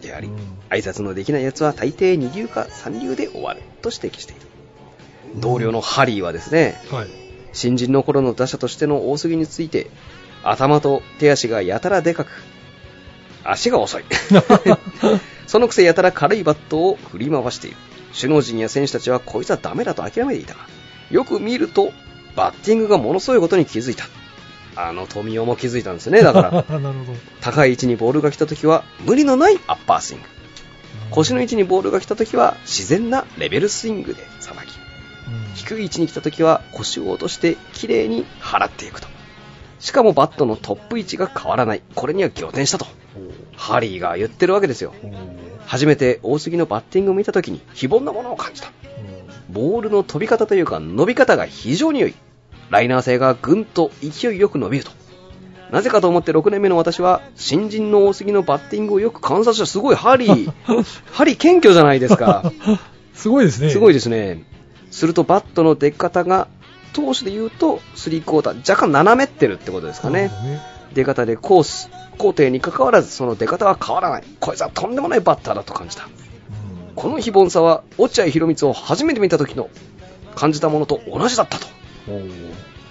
Speaker 2: であり、
Speaker 3: うん
Speaker 2: 挨拶のできないやつは大抵二流か三流で終わると指摘している同僚のハリーはですね、
Speaker 3: はい。
Speaker 2: 新人の頃の打者としての大杉について頭と手足がやたらでかく足が遅いそのくせやたら軽いバットを振り回している首脳陣や選手たちはこいつはダメだと諦めていたがよく見るとバッティングがものすごいことに気づいたあの富雄も気づいたんですよねだか ら
Speaker 3: なるほど。
Speaker 2: 高い位置にボールが来た時は無理のないアッパースイング腰の位置にボールが来た時は自然なレベルスイングでさばき
Speaker 3: うん
Speaker 2: 低い位置に来た時は腰を落として綺麗に払っていくとしかもバットのトップ位置が変わらないこれには仰天したとハリーが言ってるわけですよ
Speaker 3: おーおー
Speaker 2: 初めて大杉のバッティングを見た時に非凡なものを感じたボールの飛び方というか伸び方が非常に良いライナー性がぐんと勢いよく伸びるとなぜかと思って6年目の私は新人の大杉のバッティングをよく観察したすごいハリーハリー謙虚じゃないですか
Speaker 3: すごいですね。
Speaker 2: すごい
Speaker 3: で
Speaker 2: ですね。するとバットの出方が、投手で言うと、スリークォーター、若干斜めってるってことですかね。出方でコース、工程に関わらず、その出方は変わらない。こいつはとんでもないバッターだと感じた。この非凡さは、落合博光を初めて見た時の感じたものと同じだったと、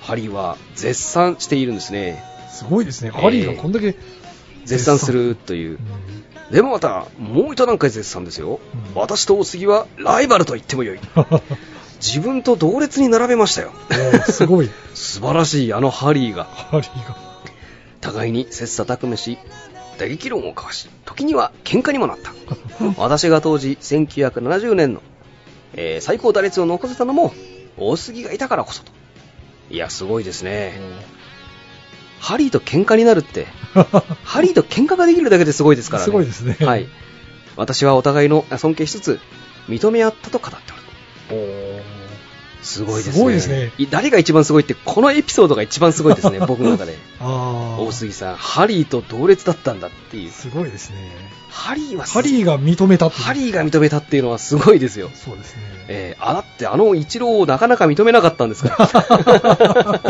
Speaker 2: ハリーは絶賛しているんですね。
Speaker 3: すごいですね。ハリーがこんだけ。
Speaker 2: 絶賛するとい
Speaker 3: う。
Speaker 2: う
Speaker 3: ん
Speaker 2: でもまた、もう一段階絶賛ですよ。
Speaker 3: うん
Speaker 2: 私と大杉はライバルと言ってもよい。自分と同列に並べましたよ。
Speaker 3: おーすごい。
Speaker 2: 素晴らしいあのハリーが
Speaker 3: ハリーが。
Speaker 2: 互いに切磋琢磨し打撃論を交わし時には喧嘩にもなった 私が当時1970年の、えー最高打率を残せたのも大杉がいたからこそといやすごいですね、ハリーと喧嘩になるってハリーと喧嘩ができるだけですごいですからね。
Speaker 3: すごいですね
Speaker 2: はい。私はお互いのあ尊敬しつつ、認め合ったと語って おる。すごいですね。
Speaker 3: すごいですね
Speaker 2: い誰が一番すごいって、このエピソードが一番すごいですね、僕の中で。
Speaker 3: ああ。
Speaker 2: 大杉さん、ハリーと同列だったんだっていう。
Speaker 3: すごいですね。
Speaker 2: ハリーはす
Speaker 3: ハリーが認めたっていう
Speaker 2: ハリーが認めたっていうのはすごいですよ。
Speaker 3: そうですね。
Speaker 2: えーあだってあの一郎をなかなか認めなかったんで すから。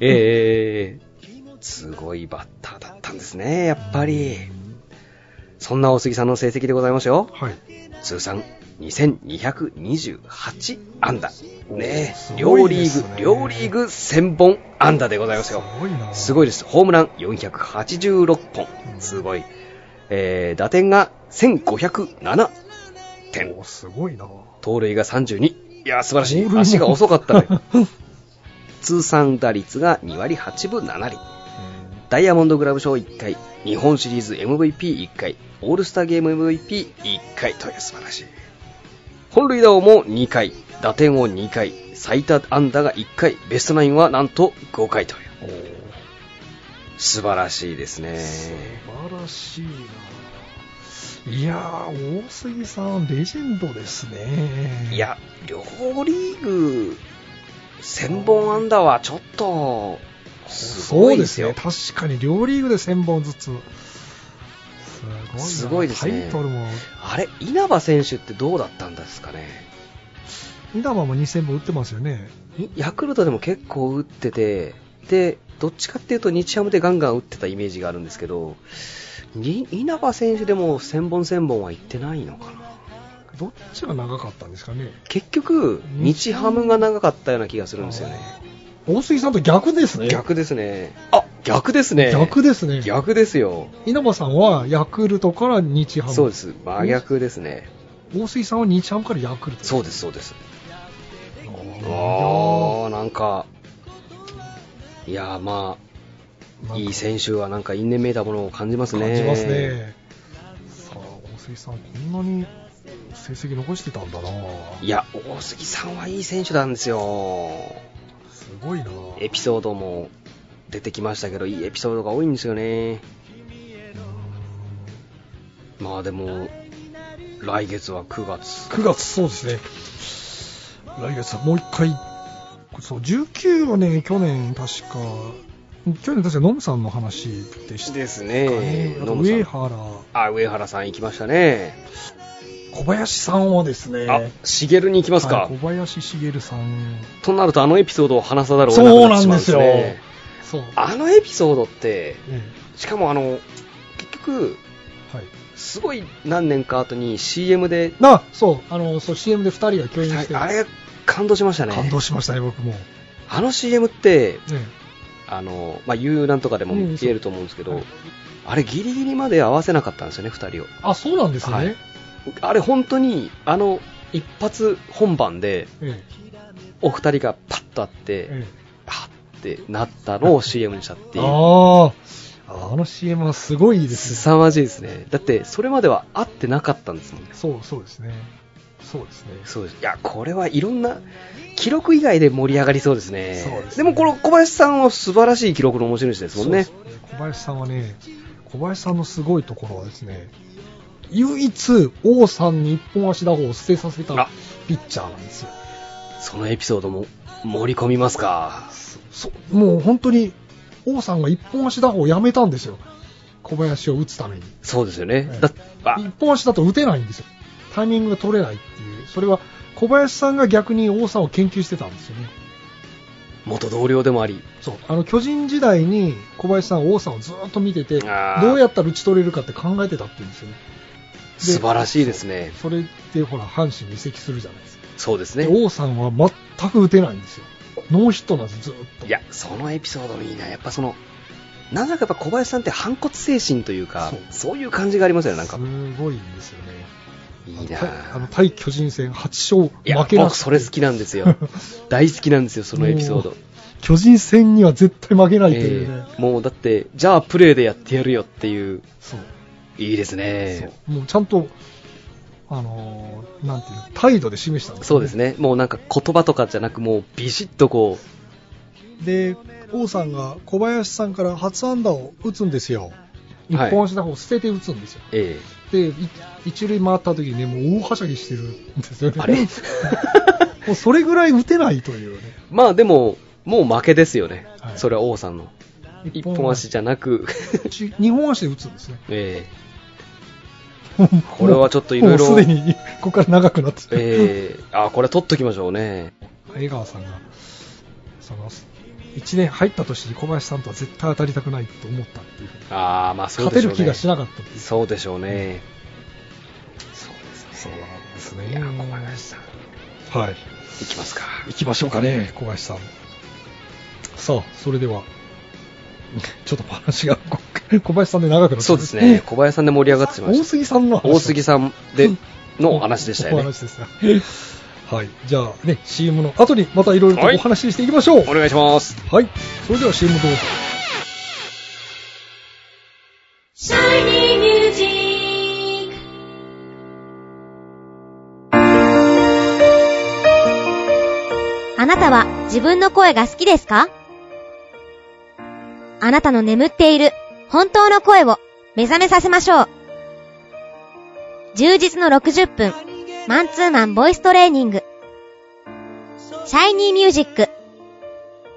Speaker 2: えーすごいバッターだったんですね、やっぱり。そんな大杉さんの成績でございますよ。
Speaker 3: はい。
Speaker 2: 通算2228安打。ね
Speaker 3: す
Speaker 2: え
Speaker 3: ご
Speaker 2: 両
Speaker 3: い
Speaker 2: リ
Speaker 3: で
Speaker 2: ー
Speaker 3: す
Speaker 2: グ
Speaker 3: ね、
Speaker 2: 両リーグ1000本安打でございますよ。
Speaker 3: すごいな。
Speaker 2: すごいです。ホームラン486本。すごい。えー打点が1507点
Speaker 3: お。ーすごいな。
Speaker 2: 盗塁が32。いやー、素晴らし
Speaker 3: 盗
Speaker 2: い。
Speaker 3: 塁も
Speaker 2: 足が遅 かったね。通算打率が2割8分7厘。ダイヤモンドグラブ賞1回、日本シリーズ MVP1 回、オールスターゲーム MVP1 回という素晴らしい。本塁打王も2回、打点王2回、最多安打が1回、ベストナインはなんと5回という。
Speaker 3: おー
Speaker 2: 素晴らしいですね。
Speaker 3: 素晴らしいないやー、大杉さん、レジェンドですね。
Speaker 2: いや、両リーグ、1000本安打はちょっと、すごいですよ。
Speaker 3: そうですね。確かに両リーグで1000本ずつ。
Speaker 2: す
Speaker 3: す
Speaker 2: ご
Speaker 3: ご
Speaker 2: い
Speaker 3: い
Speaker 2: で
Speaker 3: な
Speaker 2: すね
Speaker 3: タイトルも、
Speaker 2: あれ、稲葉選手ってどうだったんですかね。
Speaker 3: 稲葉も2000本打ってますよね。
Speaker 2: ヤクルトでも結構打ってて、で、どっちかっていうと日ハムでガンガン打ってたイメージがあるんですけど、に稲葉選手でも1000本1000本はいってないのかな。
Speaker 3: どっちが長かったんですかね。
Speaker 2: 結局、日ハムが長かったような気がす
Speaker 3: す
Speaker 2: るんですよね。。
Speaker 3: 大杉さんと逆ですね。
Speaker 2: 逆ですね。あ、逆ですね。
Speaker 3: 逆ですね。
Speaker 2: 逆ですよ。
Speaker 3: 稲葉さんはヤクルトから日ハム。
Speaker 2: そうです。真逆ですね。
Speaker 3: 大杉さんは日ハムからヤクルト。
Speaker 2: そうです、そうです。
Speaker 3: あー
Speaker 2: ああ、なんか、いやーま
Speaker 3: なん
Speaker 2: あ、
Speaker 3: か
Speaker 2: いい選手はなんか因縁めいたものを感じますね。
Speaker 3: 感じますね。さあ、大杉さん、こんなに成績残してたんだな。
Speaker 2: いや、大杉さんはいい選手なんですよ。
Speaker 3: すごいな。
Speaker 2: エピソードも出てきましたけど、いいエピソードが多いんですよね。まあでも、来月は9月。
Speaker 3: 9月、そうですね。来月はもう一回、そう、19はね、去年確か、去年確かノムさんの話でしたか
Speaker 2: ですね
Speaker 3: ね。。あ
Speaker 2: 野
Speaker 3: と
Speaker 2: 村さん
Speaker 3: 上原、
Speaker 2: あ、上原さん行きましたね。
Speaker 3: 小林さんはですね、
Speaker 2: あ、しげるに行きますか。
Speaker 3: はい小林茂さん。
Speaker 2: となると、あのエピソードを話さざるを得なくなってしまうんです
Speaker 3: そうなんで
Speaker 2: ね
Speaker 3: す。そう。
Speaker 2: あのエピソードって、
Speaker 3: え
Speaker 2: しかもあの、結局、
Speaker 3: えはい。
Speaker 2: すごい何年か後に CM で、
Speaker 3: な、そう、あの、そう、CM で2人が共演して、
Speaker 2: あれ、感動しましたね。
Speaker 3: 感動しましたね、僕も。
Speaker 2: あの CM って、
Speaker 3: え
Speaker 2: あの、まあ、遊覧とかでも
Speaker 3: うん
Speaker 2: 見えると思うんですけど、
Speaker 3: はい
Speaker 2: あれギリギリまで合わせなかったんですよね、二人を。
Speaker 3: えあ、そうなんですね。
Speaker 2: はいあれ本当に、あの、一発本番で、
Speaker 3: え
Speaker 2: お二人がパッと会っ
Speaker 3: え
Speaker 2: て、
Speaker 3: え
Speaker 2: パッてなったのを CM にしたっ
Speaker 3: え
Speaker 2: ていう。
Speaker 3: ああ、あの CM はすごいですね。
Speaker 2: 凄まじいですね。だって、それまでは会ってなかったんですもんね。
Speaker 3: そう、そうですね。そうですね。
Speaker 2: そうです。いや、これはいろんな、記録以外で盛り上がりそうですね。
Speaker 3: そうですね
Speaker 2: も、この小林さんは素晴らしい記録の持ち主ですもんね。
Speaker 3: そうです小林さんはね、小林さんのすごいところはですね、唯一、王さんに一本足打法を捨てさせ
Speaker 2: あ
Speaker 3: たピッチャーなんですよ。
Speaker 2: そのエピソードも盛り込みますか。
Speaker 3: そうもう本当に、王さんが一本足打法をやめたんですよ。小林を打つために。
Speaker 2: そうですよね。
Speaker 3: ええ
Speaker 2: だあ
Speaker 3: 一本足だと打てないんですよ。タイミングが取れないっていう。それは小林さんが逆に王さんを研究してたんですよね。
Speaker 2: 元同僚でもあり、
Speaker 3: そう。あの、巨人時代に小林さんは王さんをずーっと見てて、ど
Speaker 2: あー
Speaker 3: うやったら打ち取れるかって考えてたって言うんですよね。
Speaker 2: 素晴らしいですね。
Speaker 3: それでほら、阪神に移籍するじゃないですか。
Speaker 2: そうです
Speaker 3: で、
Speaker 2: ね。
Speaker 3: 王さんは全く打てないんですよ。ノーヒットなんです、ずーっと。
Speaker 2: いや、そのエピソードもいいな。やっぱその、なんだかやっぱ小林さんって反骨精神というか、そ
Speaker 3: そうう
Speaker 2: いう感じがありますよね、なんか。
Speaker 3: すごいんですよね。
Speaker 2: いいな
Speaker 3: あの対あの、対巨人戦8勝
Speaker 2: いや
Speaker 3: 負けな
Speaker 2: 僕
Speaker 3: し
Speaker 2: それ好きなんで すよ大好きなんですよそのエピソード
Speaker 3: も、巨人戦には絶対負けないというね。
Speaker 2: ええもうだってじゃあプレーでやってやるよっていう
Speaker 3: そう。
Speaker 2: いいですね
Speaker 3: そうもうちゃんと、あのーなんていうの、態度で示したん
Speaker 2: そう
Speaker 3: です、
Speaker 2: です。ねもうなんか言葉とかじゃなくもうビシッとこう
Speaker 3: で、王さんが小林さんから初安打を打つんですよ。一
Speaker 2: はい
Speaker 3: 本足打法を捨てて打つんですよ。
Speaker 2: え
Speaker 3: で、い一塁回った時にね、もう大はしゃぎしてるんですよ
Speaker 2: え
Speaker 3: ね。
Speaker 2: あれ
Speaker 3: もうそれぐらい打てないというね。
Speaker 2: まあでももう負けですよね、
Speaker 3: はい
Speaker 2: それは王さんの 一本足じゃなく
Speaker 3: ち二本足で打つんですね。
Speaker 2: えこれはちょっといろいろ
Speaker 3: もうすでに、ここから長くなってし
Speaker 2: え
Speaker 3: まう
Speaker 2: ええあこれ取っときましょうね
Speaker 3: 江川さんが、その、1年入った年に小林さんとは絶対当たりたくないと思ったっていうふうに
Speaker 2: ああまあそう
Speaker 3: 勝て
Speaker 2: でしょうね
Speaker 3: る気がしなかったっていう。
Speaker 2: そうでしょうね、そうです
Speaker 3: そう
Speaker 2: ね
Speaker 3: なんですね
Speaker 2: いや小林さん
Speaker 3: はい。
Speaker 2: いきますか
Speaker 3: 行きましょうかね、小林さん。さあ、それでは、ちょっと話が、こ小林さんで長くなって
Speaker 2: そうですね、小林さんで盛り上がってしまい
Speaker 3: 大
Speaker 2: まし
Speaker 3: 杉さんの
Speaker 2: た。
Speaker 3: 話
Speaker 2: 大杉さんでの
Speaker 3: お
Speaker 2: お話でしたよ
Speaker 3: お
Speaker 2: ね。
Speaker 3: 話ですがはい。じゃあね、CM の後にまたいろいろとお話ししていきましょう。
Speaker 2: お願いします。
Speaker 3: はい。それでは CM どうぞ。
Speaker 1: Shiny Music! あなたは自分の声が好きですかあなたの眠っている本当の声を目覚めさせましょう。充実の60分、マンツーマンボイストレーニング。シャイニーミュージック。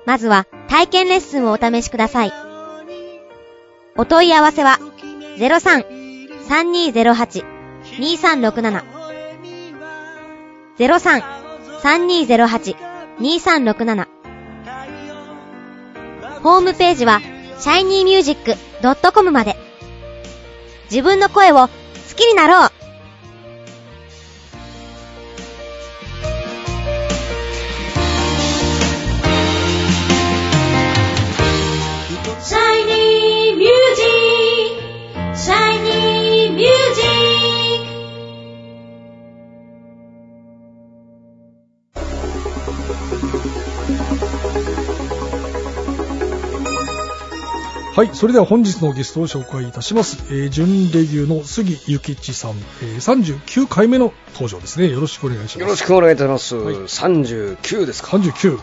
Speaker 1: まずは体験レッスンをお試しください。お問い合わせは03-3208-2367 03-3208-2367ホームページは shinymusic.com まで自分の声を好きになろうシャイニーミュージックシャイニーミュージッ
Speaker 3: はい、それでは本日のゲストを紹介いたします。えー、準レギューの杉ゆきちさん、えー、39回目の登場ですね。よろしくお願いします。
Speaker 2: よろしくお願いいたします。
Speaker 3: はい
Speaker 2: 39ですか。
Speaker 3: 39。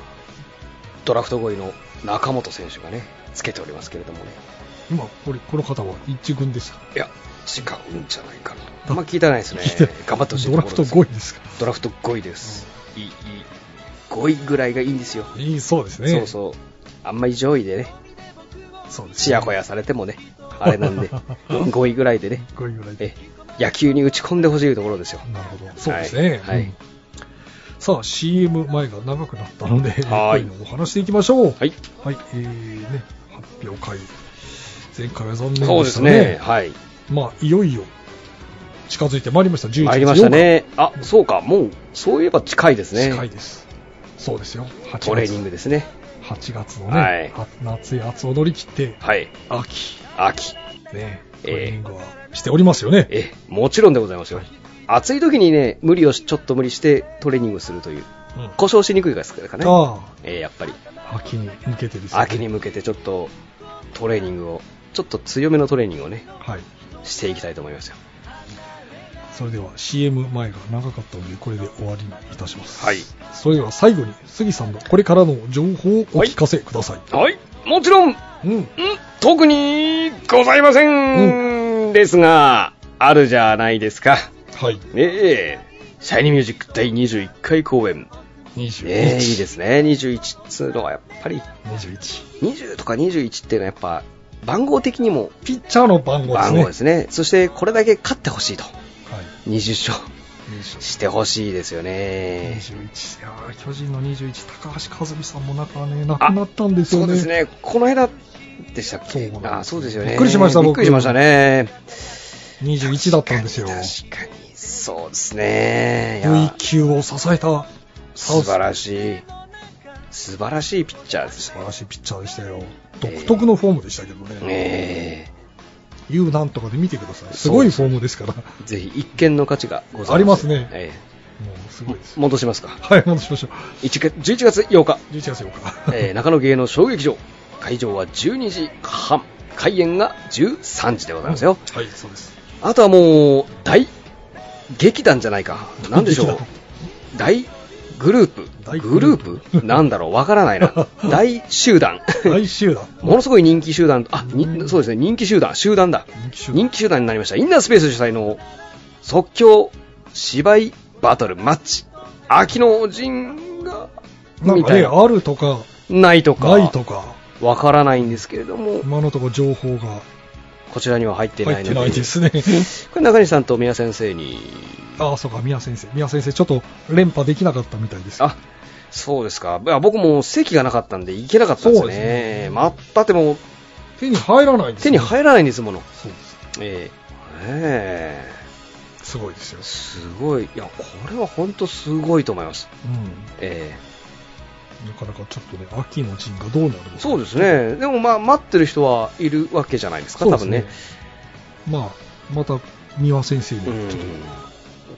Speaker 2: ドラフト5位の中本選手がね、つけておりますけれどもね。
Speaker 3: 今、これ、この方は一軍ですか
Speaker 2: いや、違うんじゃないかな。あんま聞いてないですね
Speaker 3: 聞いて。
Speaker 2: 頑張ってほしい
Speaker 3: ド
Speaker 2: と
Speaker 3: ラ
Speaker 2: こ
Speaker 3: フト
Speaker 2: ろです。
Speaker 3: 5位ですか
Speaker 2: ドラフト5位です。いい、いい、5位ぐらいがいいんですよ。
Speaker 3: いいそうですね。
Speaker 2: そうそう。あんまり上位でね、
Speaker 3: そうですね
Speaker 2: ちやほやされてもね、あれ なんで、5位ぐらいでね、
Speaker 3: 5位ぐらいで
Speaker 2: え。野球に打ち込んでほしいところですよ。
Speaker 3: なるほど。そうですね。
Speaker 2: はいはい
Speaker 3: うんさあ、CM 前が長くなったので、
Speaker 2: はい
Speaker 3: 今回のお話していきましょう。
Speaker 2: はい。
Speaker 3: はい、えーね、発表会。前回は残念でしたね。
Speaker 2: そうですね。はい。
Speaker 3: まあ、いよいよ近づいてまいりました、11月
Speaker 2: 参りましたね。あ、そうか、もう、そういえば近いですね。
Speaker 3: 近いです。そうですよ。8月
Speaker 2: トレーニングですね。
Speaker 3: 8月のね、
Speaker 2: はい
Speaker 3: は夏や暑を乗り切って、
Speaker 2: はい。
Speaker 3: 秋、
Speaker 2: 秋。
Speaker 3: ね、
Speaker 2: え
Speaker 3: トレーニングはしておりますよね。
Speaker 2: え、もちろんでございますよ。暑い時にね、無理をし、ちょっと無理してトレーニングするという。
Speaker 3: うん
Speaker 2: 故障しにくいですからね。
Speaker 3: あ
Speaker 2: えーやっぱり、
Speaker 3: あ、秋に向けてですね。
Speaker 2: 秋に向けてちょっとトレーニングを、ちょっと強めのトレーニングをね、
Speaker 3: はい。
Speaker 2: していきたいと思いますよ。
Speaker 3: それでは CM 前が長かったので、これで終わりにいたします。
Speaker 2: はい
Speaker 3: それでは最後に、杉さんのこれからの情報をお聞かせください。
Speaker 2: はい。もちろ
Speaker 3: う
Speaker 2: ん、
Speaker 3: ん。
Speaker 2: ん特にございません、ですが、あるじゃないですか。
Speaker 3: はい。
Speaker 2: ねえ、シャイニーミュージック第21回公演。
Speaker 3: 21。
Speaker 2: ねえ、いいですね。21っつうのはやっぱり、
Speaker 3: 21。
Speaker 2: 20とか21っていうのはやっぱ、番号的にも
Speaker 3: ピッチャーの番号です
Speaker 2: 番
Speaker 3: ね。
Speaker 2: 号ですね。そしてこれだけ勝ってほしいと。
Speaker 3: はい。
Speaker 2: 20勝
Speaker 3: 21。
Speaker 2: してほしいですよね。
Speaker 3: 21いやー巨人の21、高橋和美さんもなんかね、亡くなったんです
Speaker 2: そ
Speaker 3: よ
Speaker 2: う
Speaker 3: ね。
Speaker 2: ですね。この間でしたっけ
Speaker 3: そうなんです
Speaker 2: あ、そうですよね。
Speaker 3: びっくりしました
Speaker 2: びっ
Speaker 3: 僕
Speaker 2: くりしましたね。
Speaker 3: 21だったんですよ。
Speaker 2: 確かに、そうですね。いや
Speaker 3: V 級を支えた
Speaker 2: 素晴らしい。素晴らしいピッチャーです
Speaker 3: 素晴らしいピッチャーでしたよ。独特のフォームでしたけど
Speaker 2: ね。
Speaker 3: ね。
Speaker 2: ね
Speaker 3: ユ、うなんとかで見てください。すごいフォームですから。も
Speaker 2: えぜひ一見の価値がございま
Speaker 3: あ
Speaker 2: す。
Speaker 3: りますね
Speaker 2: え
Speaker 3: うす
Speaker 2: え
Speaker 3: ごいです。
Speaker 2: 戻しますか。
Speaker 3: はい、戻しましょう。
Speaker 2: 1月11月8日、
Speaker 3: 11月8日。
Speaker 2: えー中野芸能小劇場、会場は12時半、開演が13時でございますよ。
Speaker 3: はい、そうです。
Speaker 2: あとはもう、大劇団じゃないか。なんでしょう。大グループ
Speaker 3: 大
Speaker 2: グ
Speaker 3: グ
Speaker 2: ル
Speaker 3: ル
Speaker 2: ープなんだろうわからな いな。大集団。
Speaker 3: 来週だ。
Speaker 2: ものすごい人気集団、あ、にそうですね、人気集団、集団だ。
Speaker 3: 人気集団
Speaker 2: 人気集団になりました。インナースペース主催の即興芝居バトルマッチ。秋の陣が、
Speaker 3: なん
Speaker 2: み
Speaker 3: か
Speaker 2: たい
Speaker 3: ね、
Speaker 2: な。
Speaker 3: あるとか、
Speaker 2: ないとか。
Speaker 3: ないとか、
Speaker 2: わからないんですけれども、
Speaker 3: 今のところ情報が
Speaker 2: こちらには入ってな
Speaker 3: 入
Speaker 2: い
Speaker 3: って
Speaker 2: ので。
Speaker 3: ないですね。
Speaker 2: これ中西さんと宮先生に、
Speaker 3: ああ、そうか、宮先生。宮先生、ちょっと連覇できなかったみたいです。
Speaker 2: あ、そうですか。いや僕も席がなかったんで行けなかったんですよ
Speaker 3: そうで
Speaker 2: ね。
Speaker 3: すね
Speaker 2: まだってもう
Speaker 3: 手に入らないです、
Speaker 2: 手に入らないんですもの。
Speaker 3: そうです。
Speaker 2: えええ
Speaker 3: すごいですよ
Speaker 2: え。すごい。いや、これは本当すごいと思います。
Speaker 3: うん。
Speaker 2: え
Speaker 3: なかなかちょっとね、秋の陣がどうなるの
Speaker 2: え
Speaker 3: か。
Speaker 2: そうですね。でもまあ、待ってる人はいるわけじゃないですか、
Speaker 3: そう
Speaker 2: 多
Speaker 3: です
Speaker 2: 分
Speaker 3: ね
Speaker 2: ね。
Speaker 3: まあ、また、三輪先生に、
Speaker 2: う
Speaker 3: ちょっ
Speaker 2: ん。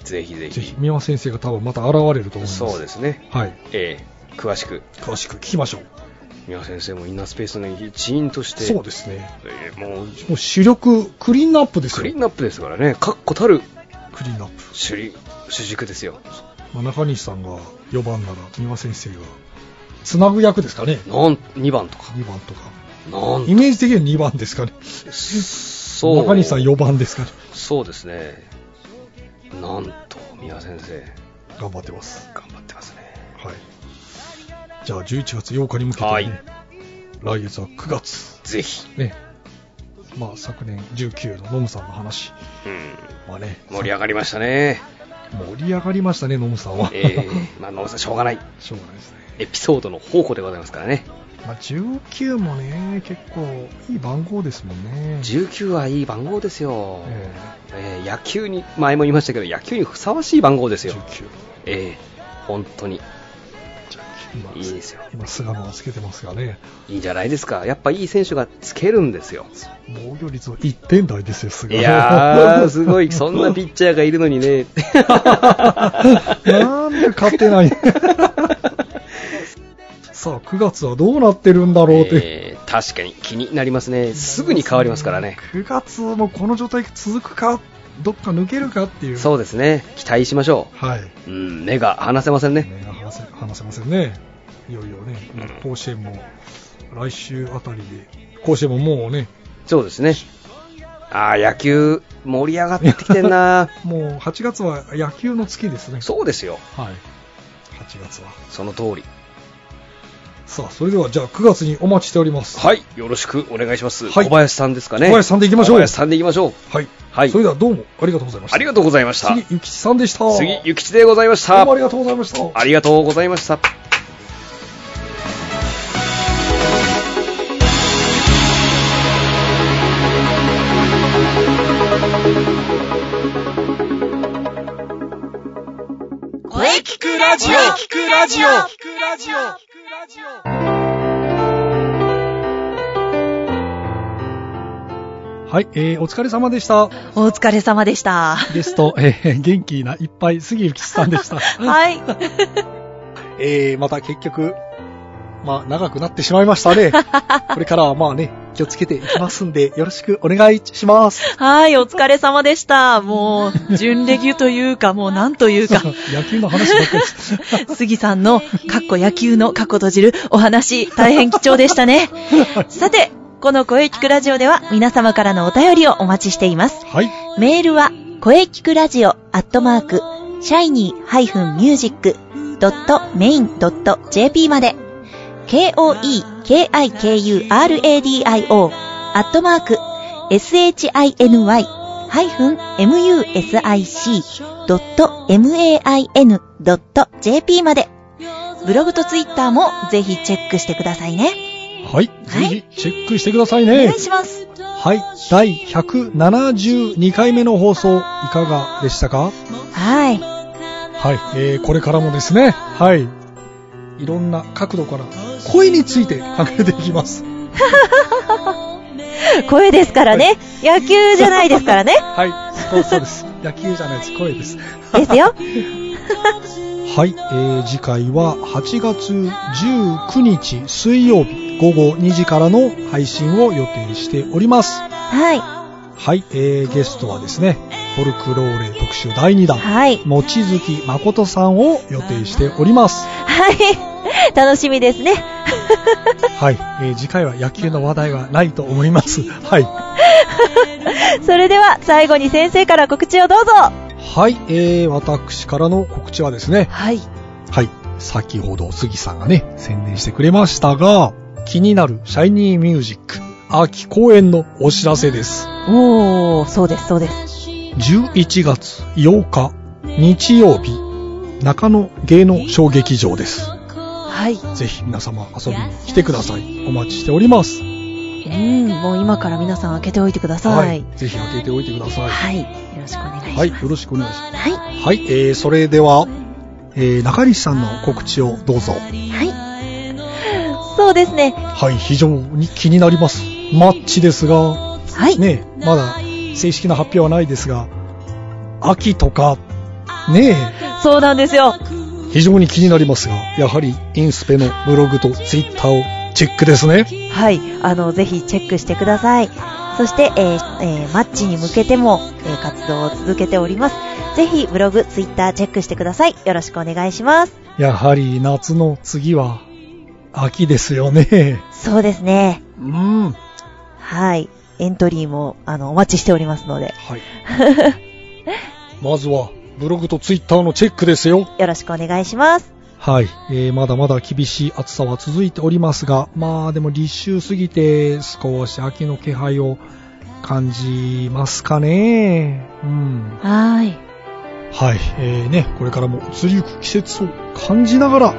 Speaker 2: ぜひぜ
Speaker 3: と、ぜ
Speaker 2: ひ
Speaker 3: ひ、。三輪先生が多分また現れると思います。。
Speaker 2: そうですすね。
Speaker 3: はい。
Speaker 2: ええ詳しく、
Speaker 3: 詳しく聞きましょう。
Speaker 2: 宮先生もインナースペースの一員として、
Speaker 3: そうですね。
Speaker 2: ええもう、
Speaker 3: もう主力、クリーンアップですよ。
Speaker 2: クリーンアップですからね、確固たる
Speaker 3: クリーンアップ。
Speaker 2: 主力主軸ですよ。
Speaker 3: まあ、中西さんが4番なら、三輪先生が、つなぐ役ですかね。
Speaker 2: なん2番とか、
Speaker 3: 2番とか。
Speaker 2: なん
Speaker 3: イメージ的には2番ですかね。
Speaker 2: そう
Speaker 3: 中西さん4番ですかね。
Speaker 2: そうですね、なんと三輪先生
Speaker 3: 頑張ってます。
Speaker 2: 頑張ってますね
Speaker 3: はい。じゃあ、11月8日に向けて、ね
Speaker 2: はい
Speaker 3: 来月は9月。
Speaker 2: ぜひ、
Speaker 3: ね。まあ、昨年19のノムさんの話。
Speaker 2: うん、
Speaker 3: まあね。
Speaker 2: 盛り上がりましたね
Speaker 3: 盛り上がりましたね、ノムさんは。
Speaker 2: ええまあ野村さんしょうがない
Speaker 3: しょうがないですね。
Speaker 2: エピソードの宝庫でございますからね
Speaker 3: まあ、19もね、結構いい番号ですもんね。
Speaker 2: 19はいい番号ですよ、
Speaker 3: え
Speaker 2: ええ野球に前も言いましたけど野球にふさわしい番号です
Speaker 3: え
Speaker 2: よ
Speaker 3: 19。
Speaker 2: ええ本当に
Speaker 3: じゃあ今
Speaker 2: いいですよ
Speaker 3: 今、菅野をつけてますがね、
Speaker 2: いいんじゃないですかやっぱいい選手がつけるんですよ
Speaker 3: 防御率は1点台ですよ、
Speaker 2: い
Speaker 3: 菅野。
Speaker 2: やーすごいそんなピッチャーがいるのに ね
Speaker 3: なんで勝てない さあ、9月はどうなってるんだろうって、
Speaker 2: えー確かに気になりますね、すぐに変わりますからね、
Speaker 3: 9月もこの状態続くか、どっか抜けるかっていう、
Speaker 2: そうですね、期待しましょ
Speaker 3: はい、
Speaker 2: う、うん、目が離せませんね、
Speaker 3: 目が離せ離せませんね、いよいよね、甲子園も来週あたりで、甲子園ももうね、
Speaker 2: そうですね、ああ、野球、盛り上がってきてん な、
Speaker 3: もう8月は野球の月ですね、
Speaker 2: そうですよ、
Speaker 3: はい、8月は。
Speaker 2: その通り、
Speaker 3: さあ、それではじゃあ9月にお待ちしております。
Speaker 2: はい、よろしくお願いします、
Speaker 3: はい
Speaker 2: 小林さんですかね、
Speaker 3: 小林さんでいきましょう
Speaker 2: 小林さんでいきましょう、
Speaker 3: はい、
Speaker 2: はい
Speaker 3: それではどうもありがとうございました。
Speaker 2: ありがとうございました、
Speaker 3: 杉ゆきちさんでした。
Speaker 2: 杉ゆきちでございまし
Speaker 3: どう
Speaker 2: た
Speaker 3: もあ、りがとうございました。
Speaker 2: ありがとうございました。
Speaker 1: 声聞くラジオ聞くラジオ聞くラジオ
Speaker 3: はい、えー、お疲れ様でした。
Speaker 4: お疲れ様でした。
Speaker 3: ゲス ト、えー、元気ないっぱい、杉ゆきちさんで した。
Speaker 4: はい。
Speaker 3: えー、また結局、まあ、長くなってしまいました ね。これからはまあね、気をつけていきますんで、よろしくお願いし ます。
Speaker 4: はい、お疲れ様でした。もう、準レギュというか、もうなんというか、
Speaker 3: 野球の話ばっかりです。
Speaker 4: 杉さんの、かっこ野球のかっこ閉じるお話、大変貴重でしたね。さて、この声聞くラジオでは、皆様からのお便りをお待ちしています。
Speaker 3: はい。
Speaker 4: メールは、声聞くラジオアットマーク、shiny-music.main.jp まで、k-o-e-k-i-k-u-r-a-d-i-o アットマーク、shiny-music.main.jp まで、ブログとツイッターもぜひチェックしてくださいね。
Speaker 3: はい。ぜひ、チェックしてください
Speaker 4: お
Speaker 3: ね
Speaker 4: 願い。します。
Speaker 3: はい。第172回目の放送、いかがでしたか
Speaker 4: はい。
Speaker 3: はい、えーこれからもですね、はい、いろんな角度から声について考えていきます。
Speaker 4: 声ですからね。野球じゃないですからね。
Speaker 3: はい、そうそうです。野球じゃないです、声です。
Speaker 4: ですよ。
Speaker 3: はい、えー次回は8月19日水曜日午後2時からの配信を予定しております。
Speaker 4: はい。
Speaker 3: はい、えーゲストはですね、フォルクローレ特集第2弾、
Speaker 4: はい。
Speaker 3: 望月誠さんを予定しております。
Speaker 4: はい。 楽しみですね。
Speaker 3: はい、えー次回は野球の話題はないと思います。はい。
Speaker 4: それでは最後に先生から告知をどうぞ。
Speaker 3: はい、えー、私からの告知はですね、
Speaker 4: はい。
Speaker 3: はい、先ほど杉さんがね、宣伝してくれましたが、気になるシャイニーミュージック秋公演のお知らせです。
Speaker 4: おー、そうです、そうです。
Speaker 3: 11月8日、日曜日、中野芸能小劇場です。
Speaker 4: はい。
Speaker 3: ぜひ皆様遊びに来てください。お待ちしております。
Speaker 4: うん、もう今から皆さん開けておいてください。
Speaker 3: ぜひ開けておいてください。
Speaker 4: はい。よろしくお願いします。
Speaker 3: はい、よろしくお願いしま
Speaker 4: はい。
Speaker 3: す。はい、えー、それでは、えー、中西さんの告知をどうぞ。
Speaker 4: はい。そうですね。
Speaker 3: はい、非常に気になります。マッチですが、
Speaker 4: はい。
Speaker 3: ねえ、まだ正式な発表はないですが、秋とか、ねえ、
Speaker 4: そうなんですよ。
Speaker 3: 非常に気になりますが、やはりインスペのブログとツイッターをチェックですね。
Speaker 4: はい。あの、ぜひチェックしてください。そして、えーえーマッチに向けても、えー活動を続けております。ぜひ、ブログ、ツイッターチェックしてください。よろしくお願いします。
Speaker 3: やはり夏の次は秋ですよね。
Speaker 4: そうですね。
Speaker 3: うん。は
Speaker 4: はい。エントリーも、あの、お待ちしておりますので。
Speaker 3: い。まずはブログとツイッターのチェックですよ。
Speaker 4: よろしくお願いします。
Speaker 3: はい、えーまだまだ厳しい暑さは続いておりますが、まあでも立秋過ぎて少し秋の気配を感じますかね。うん。
Speaker 4: はーい。
Speaker 3: はい、えーね、これからも移りゆく季節を感じながら
Speaker 4: は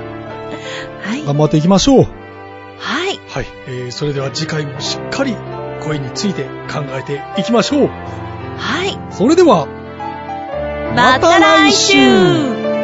Speaker 4: い。
Speaker 3: 頑張っていきましょう。
Speaker 4: はい。
Speaker 3: はい、えーそれでは次回もしっかり声について考えていきましょう。
Speaker 4: はい。
Speaker 3: それでは、
Speaker 4: また来週